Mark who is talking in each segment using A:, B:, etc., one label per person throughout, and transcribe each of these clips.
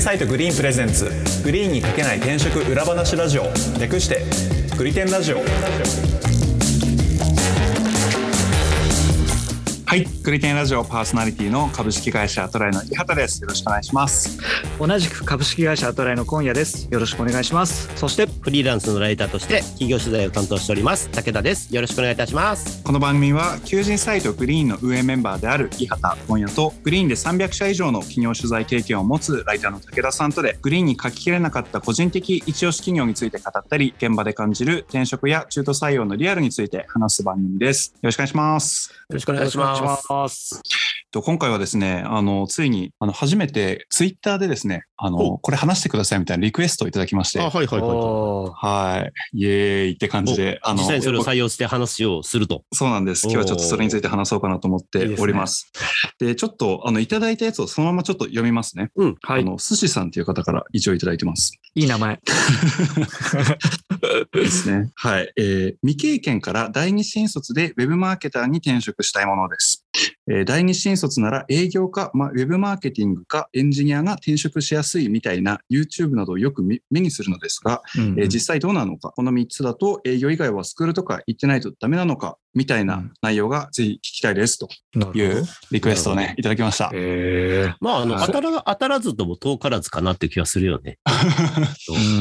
A: サイトグリーンプレゼンツグリーンにかけない転職裏話ラジオ略してグリテンラジオ
B: はい、グリテンラジオパーソナリティの株式会社トライの井畑です。よろしくお願いします。
C: 同じく株式会社アトライの今夜です。よろしくお願いします。そして、
D: フリーランスのライターとして企業取材を担当しております武田ですよろしくお願いいたします
B: この番組は求人サイトグリーンの運営メンバーである井畑本也とグリーンで300社以上の企業取材経験を持つライターの武田さんとでグリーンに書ききれなかった個人的一押し企業について語ったり現場で感じる転職や中途採用のリアルについて話す番組です。よろしくお願いします。
D: よろしくお
C: お
D: 願いします
C: す。
B: と今回はですね、あのついにあの初めてツイッターでですね、あ
D: ほ
B: のこれ話してくださいみたいなリクエストをいただきまして、
D: あはいはいは
C: おー
B: はい、イエーイって感じで、あ
D: い実
B: の
D: 際にそれを
B: 僕
D: 採用して話をすると
B: そうなんです。今日はちょっとそれについて話そうかなと思っております。でちょっとあのいただいたやつをそのままちょっと読みますね。
C: は
B: あ
C: い。
B: の寿司さんという方から一応いただいて ます。
C: いい名前。
B: ですね。はい。えー未経験から第二新卒でウェブマーケターに転職したいものです。えー第二新卒なら営業か、まあ、ウェブマーケティングかエンジニアが転職しやすいみたいな YouTube などをよくみ目にするのですが、えー実際どうなのか、この3つだと営業以外はスクールとか行ってないとダメなのか、みたいな内容がぜひ聞きたいですと
C: なるほど
B: いうリクエストを
D: なる
B: ね、いただきました。
C: えー
D: まああの
B: はい
D: 当たら当たらずとも遠からずかなっていう気がするよね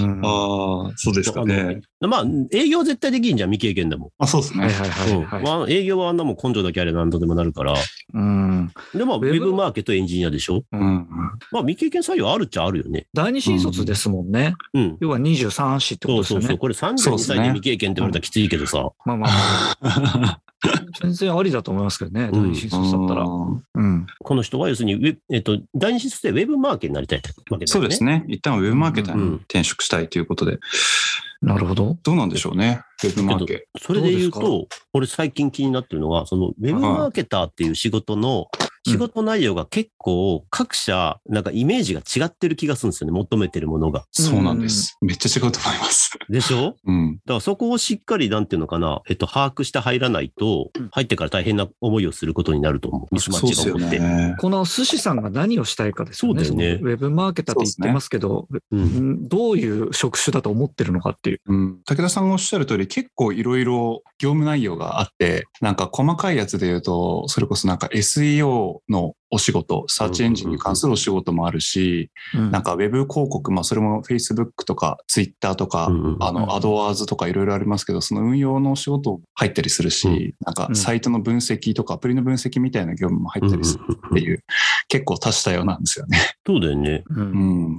C: うんは
B: ああ、そうですかね。
D: まあ営業絶対できんじゃん未経験でも、
B: あそうです
C: い
B: ね。
C: はい
D: うん
C: はいはい。
D: まあ、営業はあんなもん根性だけあれ何度でもなるから
C: うん
D: でまあウ
C: ェブ
D: ェブマーケットエンジニアでしょ
B: うん。
D: まあ未経験採用あるっちゃあるよね
C: 第二新卒ですもんね。
D: うん
C: 要は23子ってこ
D: そ
C: とですよ
D: うそうそう
C: ね。
D: これ
B: そう
D: 32
B: です
D: 歳
B: ね
D: で未経験って言われたらきついけどさ
C: まあまあまあ。全然ありだと思いますけどね。第
D: うん
C: 二新卒だったら。うん。
D: この人は要するにウェブ、えっと、第二新卒でウェブマーケになりたいってわけだよね
B: そうですね。一旦はウェブマーケターに転職したいということで、
C: なるほど。
B: どうなんでしょうね、ウェブマーケ。
D: それで言う
C: どう
D: と、俺最近気になってるのは、そのウェブマーケターっていう仕事の、
C: うん
D: 仕事内容が結構各社、なんかイメージが違ってる気がするんですよね、求めてるものが。
B: そうなんです。めっちゃ違うと思います。
D: でしょ
B: うん。
D: だからそこをしっかり、なんていうのかな、えっと、把握して入らないと
C: うん、
D: 入ってから大変な思いをすることになると思う。ミスマッチが起こって。
B: ね。
C: この寿司さんが何をしたいかですよね。
D: そうだよね
C: そのウェブマーケターって言ってますけど、
D: うん
C: うんどういう職種だと思ってるのかっていう。
B: うん、武田さんがおっしゃる通り結構いろいろ業務内容があってなんか細かいやつで言うとそれこそなんか SEO のお仕事サーチエンジンに関するお仕事もあるし、なんかウェブ広告、まあ、それも Facebook とか Twitter とか、
D: うんうん
B: あ
C: うん
B: の、アドワーズとかいろいろありますけど、その運用の仕事も入ったりするし、
D: うん
B: なんか
C: うん
B: サイトの分析とかアプリの分析みたいな業務も入ったりするっていう、結構多種多様なんですよね。
D: そうだよね。
C: うん
B: う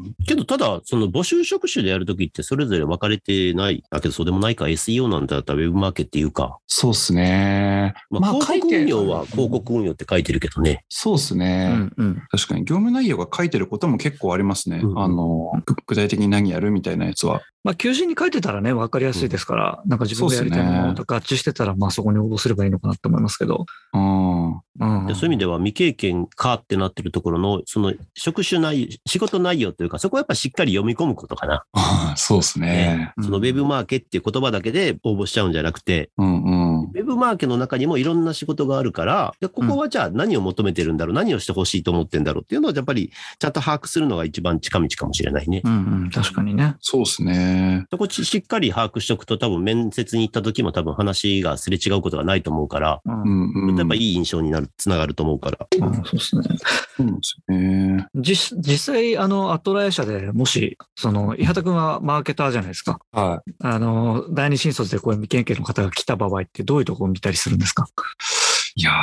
B: ん。
D: けど、ただ、その募集職種でやるときって、それぞれ分かれてない。だけど、そうでもないか、SEO なんだったらウェブマーケっていうか。
B: そうですね。
D: まあ、広告運用
B: 書い
D: は
B: て
D: 広告運用って書いてるけどね。
B: そうです
C: う
B: ね、
C: んうん
B: 確かに業務内容が書いてることも結構ありますね。
D: うん
B: あの、ぐ具体的に何やるみたいなやつは。
C: まあ、求人に書いてたらね、分かりやすいですから、なんか自分がやりたいものと合致してたら、まあそこに応募すればいいのかなって思いますけど。
B: うん。
C: うん
D: でそういう意味では未経験かってなってるところの、その職種内、仕事内容というか、そこはやっぱしっかり読み込むことかな。
B: そうですね。
C: うん
D: そのウェブマーケっていう言葉だけで応募しちゃうんじゃなくて、
B: うんうん。
D: ウェブマーケの中にもいろんな仕事があるから、でここはじゃあ何を求めてるんだろう、何をしてほしいと思ってんだろうっていうのをやっぱりちゃんと把握するのが一番近道かもしれないね。
C: うんうん、確かにね。
B: そうですね。
D: そこししっかり把握しておくと多分面接に行った時も多分話がすれ違うことがないと思うから、
C: うん
B: う
C: うん
B: んうん。
D: やっぱいい印象になる、つながると思うから。
C: そうですね。
B: そうなんですよね。
C: 実実際、あの、アトラエ社でもし、その、伊畑くんはマーケターじゃないですか。
B: は
C: あの、第二新卒でこういう未経験の方が来た場合ってどういうところを見たりするんですか
B: い。いやー、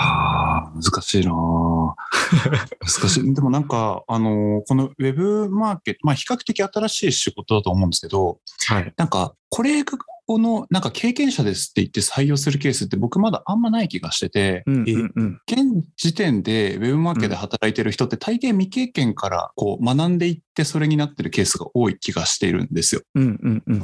B: 難しい なー難しい。でもなんか、あのーこのウェブマーケット、まあ比較的新しい仕事だと思うんですけど、
C: はい。
B: なんか、これこの、なんか経験者ですって言って採用するケースって僕まだあんまない気がしてて、
C: うんうんうん。
B: 現時点でウェブマーケで働いてる人って大抵未経験からこう学んでいってそれになってるケースが多い気がしているんですよ。
C: うんうんうん。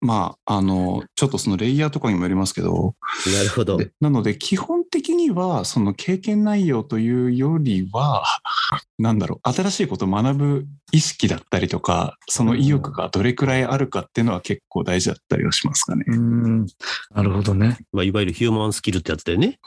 B: まあ、あの、ちょっとそのレイヤーとかにもよりますけど、
D: なるほど。
B: でなので基本的にはその経験内容というよりはなんだろう新しいことを学ぶ意識だったりとかその意欲がどれくらいあるかっていうのは結構大事だったりはしますかね。
C: うん。なるほどね。
D: まあ、いわゆるヒューマンスキルってやつだよね。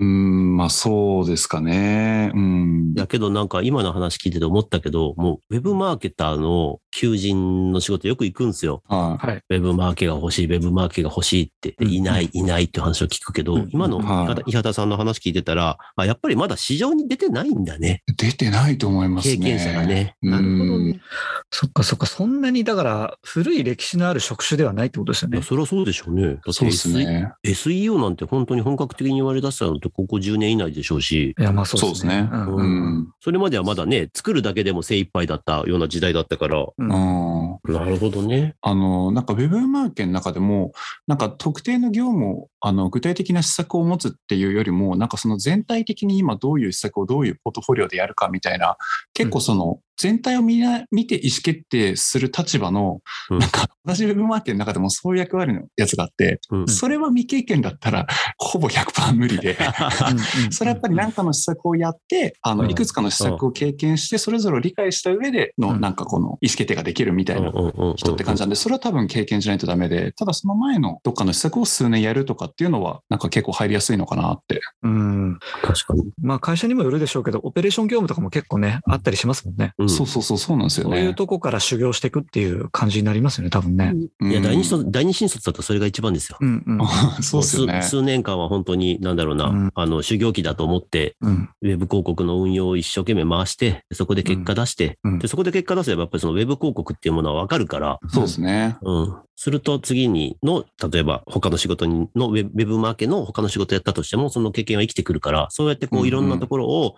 B: うん、まあそうですかね。うん。
D: やけどなんか今の話聞いてて思ったけど、もうウェブマーケターの求人の仕事よく行くんですよ。
B: は
C: はい。
D: ウェブマーケが欲しい、ウェブマーケが欲しいって、で
C: うん
D: いない、いないっていう話を聞くけど、
C: うん
D: 今の
B: はい
D: 伊方伊方さんの話聞いてたら、あ、やっぱりまだ市場に出てないんだね。
B: い。出てないと思います
D: 経
B: ね。
D: 験者がね。
B: うん
D: なるほどね。
C: そっかそっか、そんなにだから古い歴史のある職種ではないってことですよ
D: いや
C: ね。
D: そりゃそうでしょうね。だって
B: そうですね。
D: SE SEO なんて本当に本格的に言われ出したのってここ10年以内でしょうし、
C: いや、まあそうですね。
B: そうですねう。
C: ん
D: うんそれまではまだね、作るだけでも精一杯だったような時代だったから。
C: うん
B: うん。
D: なるほどね。
B: あの、なんかウェブマーケの中でも、なんか特定の業務を、あの、具体的な施策を持つっていうよりも、なんかその全体的に今どういう施策をどういうポートフォリオでやるかみたいな、結構その全体を見な、見て意思決定する立場の、
D: うん
B: なんか私ウェブマーケの中でもそういう役割のやつがあって、
D: うん
B: それは未経験だったらほぼ100%無理で。 それはやっぱり何かの施策をやって、あ
D: う
B: の、
D: ん
B: いくつかの施策を経験して、それぞれを理解した上で
C: う
B: の、
C: ん
B: なんかこの意思決定ができるみたいな人って感じなんで、それは多分経験しないとダメで、ただその前のどっかの施策を数年やるとかっていうのは、なんか結構入りやすいのかなって。
C: うん。
D: 確かに。
C: まあ会社にもよるでしょうけど、オペレーション業務とかも結構ね、あったりしますもんね。
D: うん
B: そうそうそう、そうなんですよ
C: そう
B: ね。
C: いうとこから修行していくっていう感じになりますよね、多分ね。
B: うん
D: いや、第二新卒、第二新卒だったらそれが一番ですよ。
C: うんうん。
B: そうですよね
D: 数。数年間は本当に、なんだろうな、
C: うん
D: あの、修行期だと思って、
C: うん。
D: ウェブ広告の運用を一生懸命回して、そこで結果出して、
C: うんうん
D: でそこで結果出せば、やっぱりそのウェブ広告っていうものはわかるから、
B: そうですね。
D: うん。すると次にの、例えば他の仕事にのウェブ、ウェブマーケの他の仕事やったとしても、その経験は生きてくるから、そうやって
B: うん
D: こ
B: う
D: うんいろんなところを、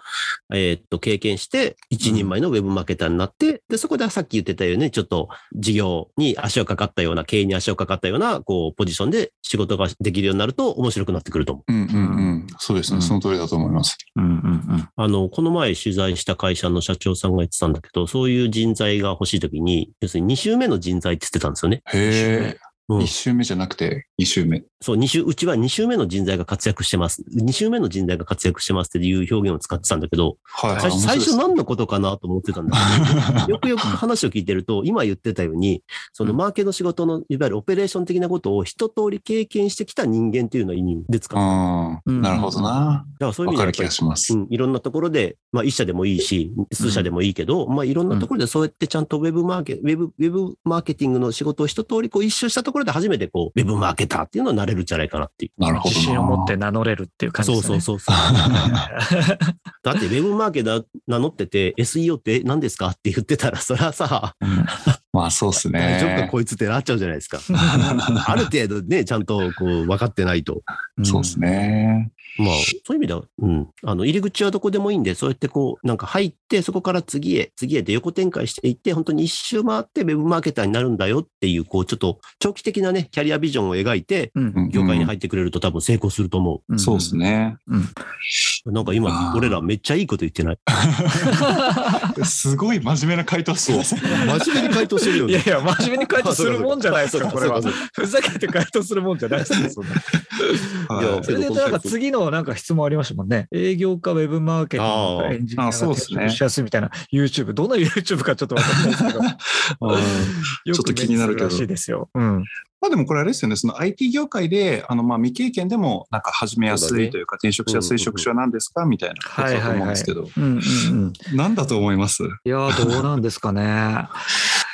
D: えーっと、経験して、一人前のウェブマーケターになって、で、そこでさっき言ってたように、ちょっと事業に足をかかったような、経営に足をかかったような、こう、ポジションで仕事ができるようになると面白くなってくると思う。
B: うんうんうん。そうです
C: うん
B: ね。その通りだと思います。
C: うんうん
D: あの、この前取材した会社の社長さんが言ってたんだけど、そういう人材が欲しいときに、要するに2週目の人材って言ってたんですよね。
B: へえ。
D: うん
B: 1周目じゃなくて、2周目。
D: そう、二週、うちは2週目の人材が活躍してます。2週目の人材が活躍してますっていう表現を使ってたんだけど、
B: はいはい。
D: 最初最初何のことかなと思ってたんだ けど、よくよく話を聞いてると、今言ってたように、そのマーケの仕事の、いわゆるオペレーション的なことを一通り経験してきた人間っていうのを意味で使う。だ
B: 面白いです うん。なるほどな。
D: からそういう意
B: わか
D: 味ではや
B: る
D: っぱ
B: 気
D: り
B: がします
D: う。ん、いろんなところで、まあ、一社でもいいし、数社でもいいけど、まあ、いろんなところでそうやってちゃんとウェブマーケ、ウェブ、ウェブマーケティングの仕事を一通りこう一周したところで初めてこう、ウェブマーケターっていうのはなれるんじゃないかなっていう。
B: なるほどな。
C: 自信を持って名乗れるっていう感じ
D: そ
C: で
D: う
C: す
D: そ
C: ね。
D: うそうそう。だって、ウェブマーケだ名乗ってて、SEO って何ですかって言ってたら、そりゃさ、
B: まあそうですね。
D: 大丈夫かこいつってなっちゃうじゃないです か。ある程度ね、ちゃんとこう分かってないと。
C: ん
B: そうです。ね。
D: まあ、そういう意味では、うん。あの、入り口はどこでもいいんで、そうやってこう、なんか入って、そこから次へ、次へで横展開していって、本当に一周回ってウェブマーケターになるんだよっていう、こう、ちょっと長期的なね、キャリアビジョンを描いて、
C: うん
B: うん
D: 業界に入ってくれると多分成功すると思
C: ん
B: そうです。ね。
D: う。なんか今
B: あ、ー
D: 俺らめっちゃいいこと言ってない。
B: すごい真面目な回答して ますね。
D: 真面目に回答してるよ
C: いやいや、真面目に回答するもんじゃないで すか、
D: あそ
C: こ
D: う
C: れ
D: か
C: は
D: そうかそうかそうか。
C: ふざけて回答するもんじゃないですよ、そんな
D: や
B: はい
C: それで言うとなんか次のなんか質問ありましたもんね。営業かウェブマーケティングか
D: あー
C: エンジニア
B: あ
C: が
B: そうっすね
C: 転職しやすいみたいな YouTube。どんな YouTube かちょっとわかんないです けど。
B: ちょっと気になるけど
C: よく目にすらしいですよ。うん。
B: まあでもこれあれですよね、その IT 業界で、あの、まあ未経験でも、なんか始めや
D: そう
B: す
D: だね
B: いというか、転職しやすい職種は何ですかみたいなことだと思うんですけど、
C: うんうんうん。
B: 何だと思います
C: いやー、どうなんですかね。
D: あ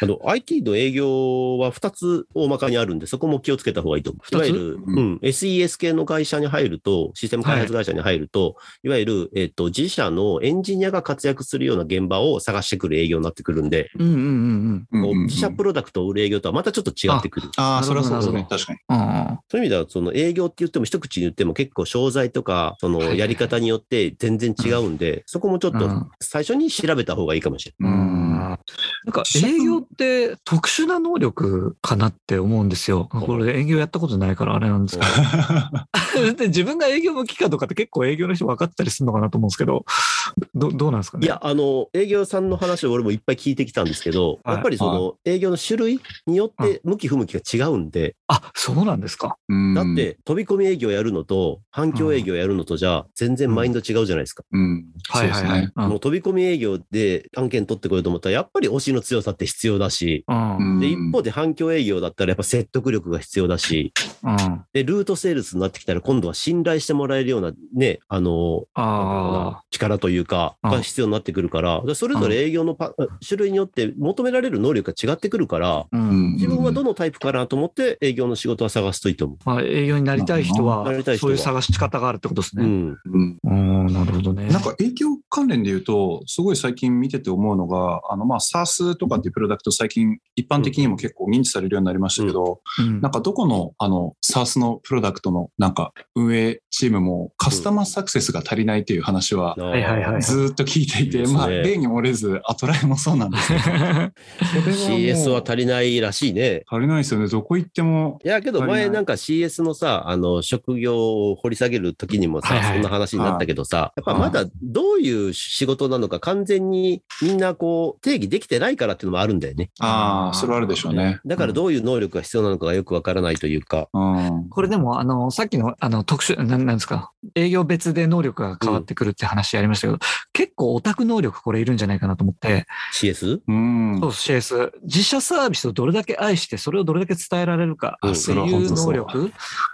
D: の、IT の営業は2つ大まかにあるんで、そこも気をつけた方がいいと思う。い
C: 二
D: わ
C: つ
D: ゆる、う
B: うん
D: ん、SES 系の会社に入ると、システム開発会社に入ると、い、わゆる、えっ、と、自社のエンジニアが活躍するような現場を探してくる営業になってくるんで、
C: うんうんうん
B: うん
D: こ
B: う
D: うん
B: うん
D: 自社プロダクトを売る営業とはまたちょっと違ってくる。
B: ああ、それはそうです
C: なる
B: ね
C: ほ。
B: 確かに。
C: うん。うん
D: そういう意味では、その営業って言っても一口に言っても結構商材とか、そ
C: はい
D: の
C: はい
D: やり方によって全然違うんで、そこもちょっ
C: う
D: と
C: ん
D: 最初に調べた方がいいかもしれ
C: う。
B: うんん。
C: なんか営業って特殊な能力かなって思うんですよ。これ営業やったことないからあれなんですけど。 で自分が営業向きかどうかって結構営業の人分かったりするのかなと思うんですけど、どどうなんですか
D: ない。
C: ね。
D: いや、あの、営業さんの話を俺もいっぱい聞いてきたんですけど、
C: はい
D: やっぱりその営業の種類によって向き不向きが違うんで、
C: あ、そうなんですか。
B: うん
D: だっ、て飛び込み営業やるのと反響営業やるのとじゃ全然マインド違うじゃないですか。
B: うん。そうですね。
C: うん
D: もう飛び込み営業で案件取ってこようと思ったらやっぱり推しの強さって必要だし、
C: うん。うん。
D: で、一方で反響営業だったらやっぱ説得力が必要だし、で、ルートセールスになってきたら今度は信頼してもらえるようなね、あの、
C: あ
D: 力というか、
C: うん
D: が必要になってくるから、でそれぞれ営業のパ種類によって求められる能力が違ってくるから、
C: あ、う。
B: うんん
D: 自分はどのタイプかなと思って営業の仕事は探すといいと思
C: まあ、営業になりたい人は
D: なるほどなりたい、
C: そ
D: 人
C: う
D: は
C: いう探し方があるってことです
D: う。う
C: ね。
D: ん。
B: うん
C: うん、なるほどね。
B: なんか営業関連で言うと、すごい最近見てて思うのが、あのまあ SARS とかっていうプロダクト、最近一般的にも結構認知されるようになりましたけど、
C: うん、
B: なんかどこのあの SARS のプロダクトのなんか運営チームもカスタマーサクセスが足りないという話は
D: はい
C: はいはい
B: ずーっと聞いてい
D: いい
B: て、
D: ですね
B: まあ例に漏れず、アトライもそう なんですけど、
D: CS は足りないらしいね。
B: 足りないですよね、どこ行っても。
D: いや、けど
B: 足りな
D: 前
B: い
D: なんか CS のさ、あの、職業を掘り下げる時にもさ、
C: はいはい
D: そんな話になったけどさ、やっぱまだどういう仕事なのか完全にみんなこう定義できてないからっていうのもあるんだよね。
B: ああ、それはあるでしょうね。
D: だからどういう能力が必要なのかがよくわからないというか。
B: うん。
C: これでも、あの、さっきの、あの、特殊、なんなんですか、営業別で能力が変わってくるって話ありましたけど、結構オタク能力これいるんじゃないかなと思って、
D: CS?
B: うん
C: そう、CS、自社サービスをどれだけ愛して、それをどれだけ伝えられるか
B: あ
C: って
B: そ
C: い
B: れは本
C: う
B: 当そう
C: 能力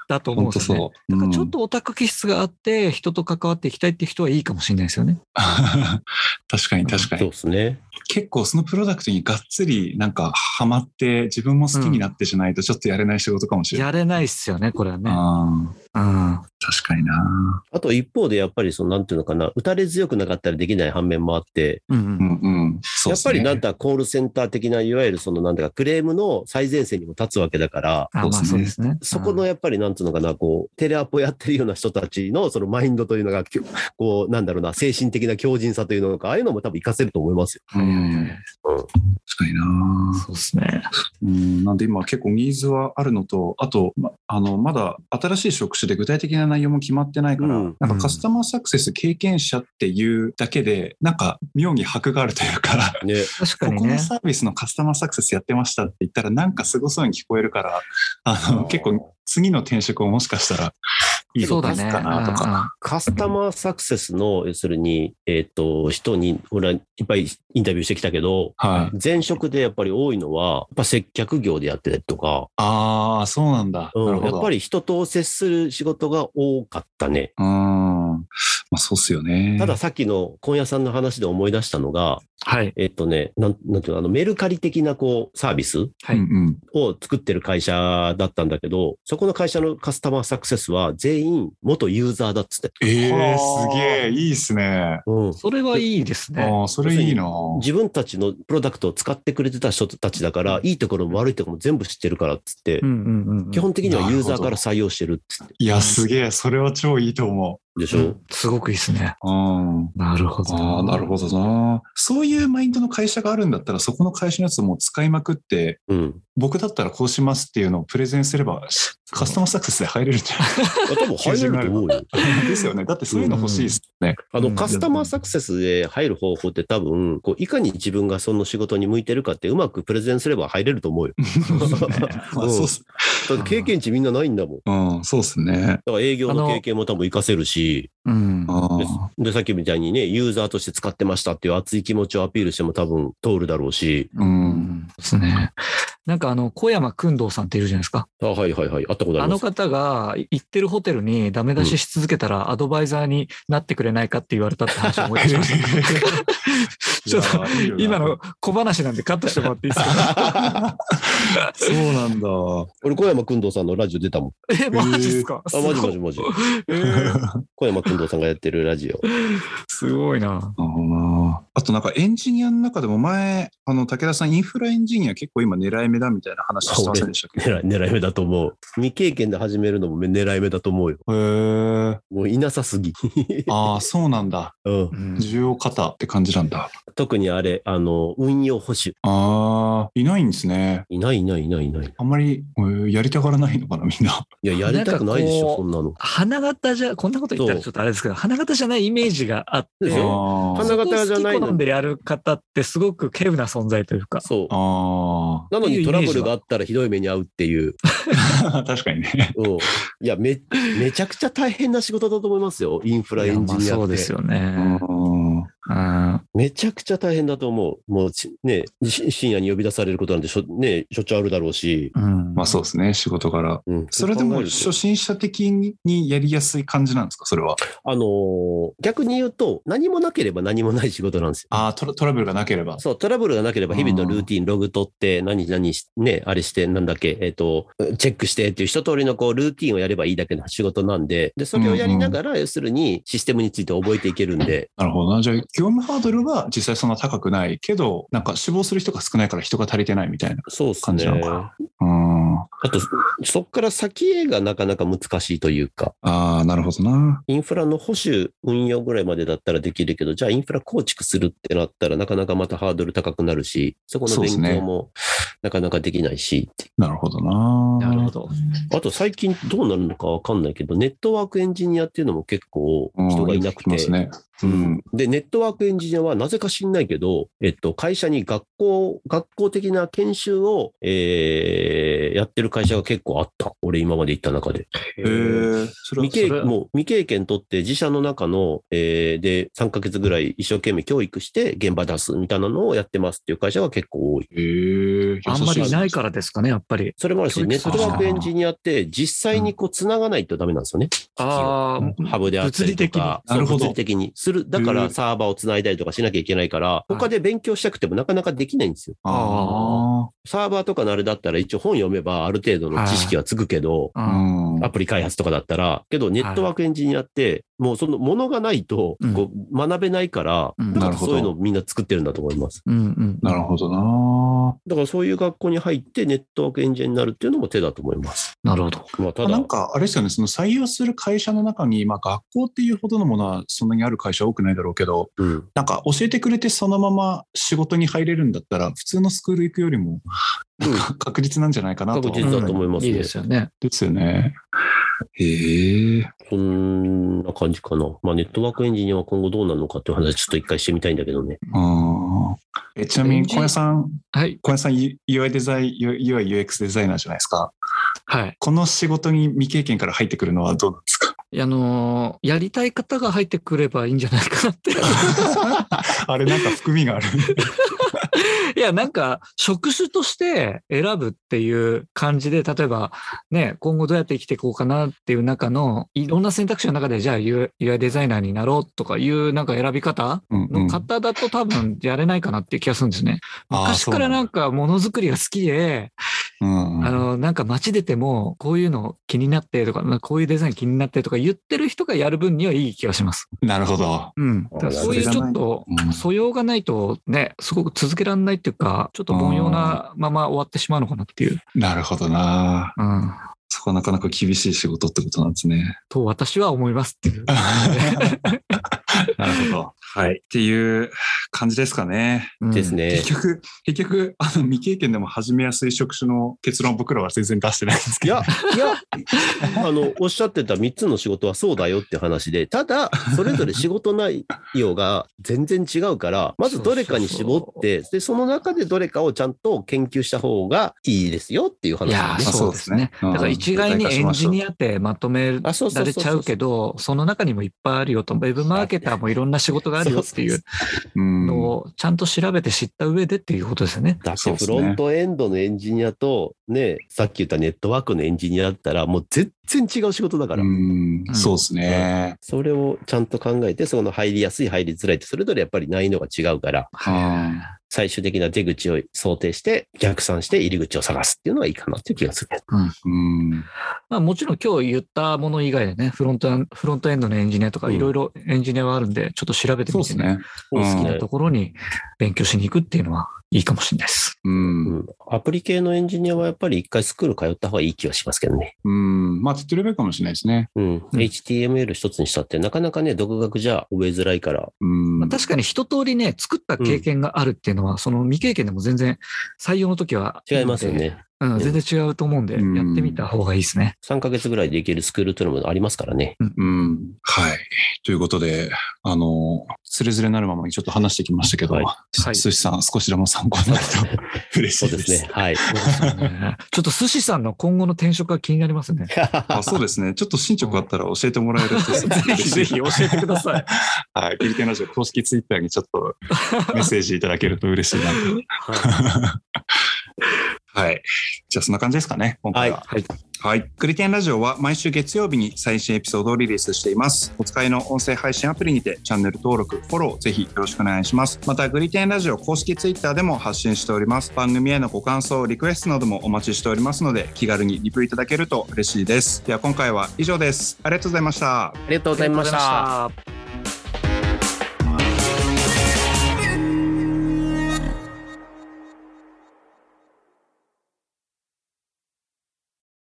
C: だと思うん
B: 本
C: で
B: 当
C: すよね。
B: そう。だ
C: だからちょっとオタク気質があって、人と関わっていきたいって人はいいかもしれないですよね。
B: 確かに確か
D: そう
B: に。
D: ですね。
B: 結構そのプロダクトにがっつりなんかハマって自分も好きになってしないとちょっとやれない仕事かもしれない。
C: やれないっすよね、これはね。
B: あ
C: うん。
B: ー確かにな。
D: あと一方でやっぱりそのなんていうのかな、打たれ強くなかったらできない反面もあって、
C: う。
B: うんんうん。そう
D: や
B: っ
D: っ
B: す
D: ぱ
B: ね
D: りなんかコールセンター的ないわゆるそのなんだかクレームの最前線にも立つわけだから、
C: あ、まあそ
B: そうう
C: で
B: です
C: ね。
D: そこのやっぱりなんていうのかな、こう、テレアポやってるような人たちのそのマインドというのが、きょこう、なんだろうな、精神的な強靭さというのか、ああいうのも多分活かせると思いますよ。
C: うん。はいはいはい
B: 確かにな。
C: そうですね。
B: うん、なんで今結構ニーズはあるのと、あと、まあの、まだ新しい職種で具体的な内容も決まってないから、
D: うん
B: なんかカスタマーサクセス経験者っていうだけで、なんか妙に箔があるというか、
D: ね。
C: 確か
B: こ
C: に
B: こ
C: ね
B: の。サービスのカスタマーサクセスやってましたって言ったら、なんかすごそうに聞こえるから、あの、結構次の転職をもしかしたらいい
C: そ
B: こ
C: う
B: と
C: だ
B: か
C: ね。
B: なとか。
D: カスタマーサクセスの、要するに、えっ、と、人に、俺はいっぱいインタビューしてきたけど、
B: はい。
D: 前職でやっぱり多いのは、やっぱ接客業でやってたりとか、
B: ああ、そうなんだ。な
D: う
B: る
D: ん、
B: ほど。
D: やっぱり人と接する仕事が多かったね。
B: うん。まあ、そうっすよね。
D: ただ、さっきの今夜さんの話で思い出したのが、
C: はい。
D: えっとね、なんなんていうの、あのメルカリ的なこうサービス
C: はい
B: うんうん。
D: を作ってる会社だったんだけど、そこの会社のカスタマーサクセスは全員元ユーザーだっつって。
B: ええ
C: は
B: す
C: あ
B: げえ、いいっすね。
D: うん
C: それはいいですね。
B: ああ、それいいな。
D: 自分たちのプロダクトを使ってくれてた人たちだから、いいところも悪いところも全部知ってるからっつって、
C: うんうんうんうん。
D: 基本的にはユーザーから採用してるっつって。
B: いや、すげえ、それは超いいと思
D: でし
C: う
D: ょ
C: んすごくいいですね。
B: う。うん。
C: なるほど。
B: ああ、なるほどな。そういうマインドの会社があるんだったら、そこの会社のやつをもう使いまくって、
D: うん。
B: 僕だったらこうしますっていうのをプレゼンすれば、カスタマーサクセスで入れるんじゃ
D: あ多分入れると思うよ。
B: ないですよね。だってそういうの欲しいですね。
D: あ
C: う
D: の、
C: ん
D: カスタマーサクセスで入る方法って多分、こう、いかに自分がその仕事に向いてるかってうまくプレゼンすれば入れると思うよ。
B: まあ、 そうっす。
D: だって経験値みんなないんだもん。
B: うん、そうっすね。
D: だから営業の経験も多分活かせるし、
C: うん。
B: あー
D: で、さっきみたいにね、ユーザーとして使ってましたっていう熱い気持ちをアピールしても多分通るだろうし、
B: う。
C: うんん。ですね。なんかあの、小山くんどうさんっているじゃないですか。
D: あ、はいはいはい、あったことあ
C: あ
D: りま
C: の
D: す。
C: 方がい行ってるホテルにダメ出しし続けたらアドバイザーになってくれないかって言われたって話を思い出しました。ちょ っと
B: いやーいいよな
C: 今の小話なんでカットしてもらっていいですか
B: そうなんだ。
D: 俺、小山くんどうさんのラジオ出 たもん。
C: え、マジですか
D: あ、マジマジ
C: ジ。
D: マジ。
C: えー
D: 小山くんどうさんがやってるラジオ。
C: すごいな。
B: なるほどなあとなんかエンジニアの中でも前、あの、武田さんインフラエンジニア結構今狙い目だみたいな話してませんでしたっけ
D: 狙い狙い目だと思う。未経験で始めるのも狙い目だと思うよ。
B: へえ。
D: もういなさすぎ。
B: ああ、そうなんだ。
D: うん
C: う、ん
B: 需要型って感じなんだ。
D: 特にあれ、あの、運用保守。
B: ああ、いないんですね。
D: いないいないいないいない。
B: あんまり、えーやりたがらないのかな、みんな。
D: いや、やりたくないでし
C: なんか
D: ょ、
C: こ
D: そんなの。
C: 花形じゃ、こんなこと言ったらちょっとあれですけど、花形じゃないイメージがあっ
D: で
C: て、
D: しょ
B: あー
D: 花形じゃない
C: 好
D: のに
C: き好んでやる方ってすごく稀有な存在というか。
D: そう。
B: あ
D: なのにトラブ
C: いいイメージ
D: ル
C: は
D: があったらひどい目に遭うっていう。
B: ー 確かにね。
D: うん。いや、め、めちゃくちゃ大変な仕事だと思いますよ。インフラエンジニアって。
C: いやまあそうですよね。
B: うん
C: うん
D: めちゃくちゃ大変だと思う。もうち、ね、し深夜に呼び出されることなんてしょ、ね、しょっちゅうあるだろうし。
C: うん
B: まあそうですね、仕事から。
D: うん、
B: それで
D: う考
B: も
D: えると
B: 初心者的にやりやすい感じなんですか、それは。
D: あのー逆に言うと、何もなければ何もない仕事なんですよ。
B: ああ、トラトラブルがなければ。
D: そう、トラブルがなければ、日々のルーティン、ログ取って、何、何し、ね、あれして、なんだっけ、えっ、と、チェックしてっていう一通りのこう、ルーティンをやればいいだけの仕事なんで、で、それをやりながら、要するに、システムについて覚えていけるんで、
B: なるほどな。じゃあ、業務ハードルは実際そんな高くないけど、なんか死亡する人が少ないから人が足りてないみたいな
D: そうっす
B: 感
D: ね
B: じな。のかな。うん。あ
D: あと、そっから先へがなかなか難しいというか、
B: あ、なるほどな。
D: インフラの保守、運用ぐらいまでだったらできるけど、じゃあインフラ構築するってなったら、なかなかまたハードル高くなるし、そこの
B: そうっ
D: 勉
B: すね
D: 強もなかなかできないし、
B: なるほどな。
C: なるほど。
D: あと最近どうなるのかわかんないけど、ネットワークエンジニアっていうのも結構
B: うん
D: 人がいな
B: よ
D: く
B: 聞きま
D: て
B: す、ね。うん。
D: で、ネットワークエンジニアはなぜか知んないけど、えっと、会社に学校、学校的な研修を、えーやってる会社が結構あった。俺今まで行った中で。
B: へえ。それは
D: 未経
C: それ
D: もう未経験取って自社の中の、えーで、3ヶ月ぐらい一生懸命教育して現場出すみたいなのをやってますっていう会社が結構多い。
B: へえ。。
C: あんまりいないいからですかね、やっぱり。
D: それもあるし、
C: 教育
D: ネ
C: す
D: ッ
C: る
D: トワークエンジニアって実際にこう繋がないとダメなんですよね。
C: ああ、
D: ハブであったりとか、
B: 物理的になるほど
D: そう物理的にする。だか
B: へえ
D: らサーバーをつないだりとかしなきゃいけないから、
C: い
D: 他で勉強したくてもなかなかできないんですよ。
B: あ
D: サーバーとかのあれだったら一応本読めばある程度の知識はつくけど、
B: あ。
C: うん
B: うん
D: アプリ開発とかだったら、けどネットワークエンジニアって、もうそのものがないと
C: うん
D: こう学べないから、
C: うん
D: な
B: なんる
D: か
B: ほ
D: そう
B: ど
D: いうのをみんな作ってるんだと思います。
C: うんうん。
B: なるほどな。
D: だからそういう学校に入ってネットワークエンジニアになるっていうのも手だと思います。
C: なるほど。
D: まあ、た
B: な
D: だ
B: ん、か、あれですよね、その採用する会社の中に、まあ、学校っていうほどのものはそんなにある会社多くないだろうけど、
D: うん、
B: なんか教えてくれてそのまま仕事に入れるんだったら、普通のスクール行くよりも
D: うん
B: 確実なんじゃないかなと。
D: 確実だと思いますね
C: いいですよね。
B: ですよね。へえ。
D: そんな感じかな。まあ、ネットワークエンジニアは今後どうなるのかっていう話、ちょっと一回してみたいんだけどね。
B: うんえちなみに小屋さん、
C: はい。
B: 小屋さん UI デザイン、UIUX デザイナーじゃないですか。
C: はい。
B: この仕事に未経験から入ってくるのはどうなん ですか
C: いやあのーやりたい方が入ってくればいいんじゃないかなって。
B: あれなんか含みがあ る。
C: いや、なんか、職種として選ぶっていう感じで、例えば、ね、今後どうやって生きていこうかなっていう中の、いろんな選択肢の中で、じゃあ UI デザイナーになろうとかいう、なんか選び方
B: うんう
C: の
B: ん
C: 方だと多分やれないかなっていう気がするんですね。
B: あー
C: 昔からなんかものづくりが好きで、
B: うんうん
C: あの、なんか街出ても、こういうの気になってとか、まあこういうデザイン気になってとか言ってる人がやる分にはいい気がします。
B: なるほど。
C: うん。だからそういうちょっと、
B: うん
C: 素養がないとね、すごく続けられないっていうか、ちょっと凡庸なまま終わってしまうのかなっていう、
B: なるほどな。
C: うん、
B: そこはなかなか厳しい仕事ってことなんです ね。
C: と私は思いますっていう。
B: なるほど。はい。っていう感じですかね。
C: うん
D: です。ね。
B: 結局、結局、あの、未経験でも始めやすい職種の結論僕らは全然出してないんです
D: い
B: けど。
D: や、いや、 あの、おっしゃってた3つの仕事はそうだよって話で、ただ、それぞれ仕事内容が全然違 うから、まずどれかに絞って、で、その中でどれかをちゃんと研究した方がいいですよっていう話
C: い
D: です
C: やー
D: ね。
C: そうですね。
B: うん
C: だから一概にエンジニアってまとめ
D: あそうそ
C: ら
D: うそう
C: れ
D: そう
C: ちゃうけど、その中にもいっぱいあるよと、ウェブマーケターもいろんな仕事があるよっていう
B: うん
C: のをちゃんと調べて知った上でっていうことですよね。
D: だっ
B: そう
D: て
B: です
D: フ
B: ね
D: ロントエンドのエンジニアとね、さっき言ったネットワークのエンジニアだったら、もう全然違う仕事だから、
B: うん
C: うん
B: そうですね。
D: それをちゃんと考えて、その入りやすい、入りづらいって、それぞれやっぱり難易度が違うから、
B: うん
D: 最終的な出口を想定して、逆算して入り口を探すっていうのがいいかなっていう気がする。
B: うん
C: まあ、もちろん今日言ったもの以外でね、フロントエンフロントエンドのエンジニアとか
D: うん
C: いろいろエンジニアはあるんで、ちょっと調べて
B: そう
C: み
B: で
C: て
B: す
C: ね、
B: ね。
D: お好
C: 好
D: き
C: き
D: な
C: なところに勉強しに行くっていうのはいいかもしれないです。
B: う。
D: うんんアプリ系のエンジニアはやっぱり一回スクール通った方がいい気はしますけどね。
B: うん。まあ、手っ取り早いかもしれないですね。
D: うん。HTML 一つにしたって、なかなかね、独学じゃ覚えづらいから。
B: うん
C: まあ、確かに一通りね、作った経験があるっていうのは、その未経験でも全然採用の時は
D: 違いますよ。ね。
C: うん、全然違うと思うんで、
B: うん
C: やってみた方がいいです ね。
D: 3ヶ月ぐらいで行けるスクールっていうのもありますからね。
B: うん。はい。ということで、あの、すれずれなるままにちょっと話してきましたけど、
D: はい
C: はい
B: すしさん、少しでも参考になる と
D: そ
B: 嬉
D: う
B: しい
D: で
B: です。
D: すね。はい。
C: ねちょっと寿司さんの今後の転職が気になりますね。
B: あそうですね。ちょっと進捗あったら教えてもらえると
C: ぜひぜひ教えてください。
B: はい。グリテンラジオ公式ツイッターにちょっとメッセージいただけると嬉しいなと。はい。じゃあそんな感じですかね、今回は。
C: はいはい
B: はい。クリテンラジオは毎週月曜日に最新エピソードをリリースしています。お使いの音声配信アプリにてチャンネル登録、フォローぜひよろしくお願いします。また、グリテンラジオ公式ツイッターでも発信しております。番組へのご感想、リクエストなどもお待ちしておりますので、気軽にリプいただけると嬉しいです。では今回は以上です。ありがとうございました。
D: りがとうございました。
C: ありがとうございました。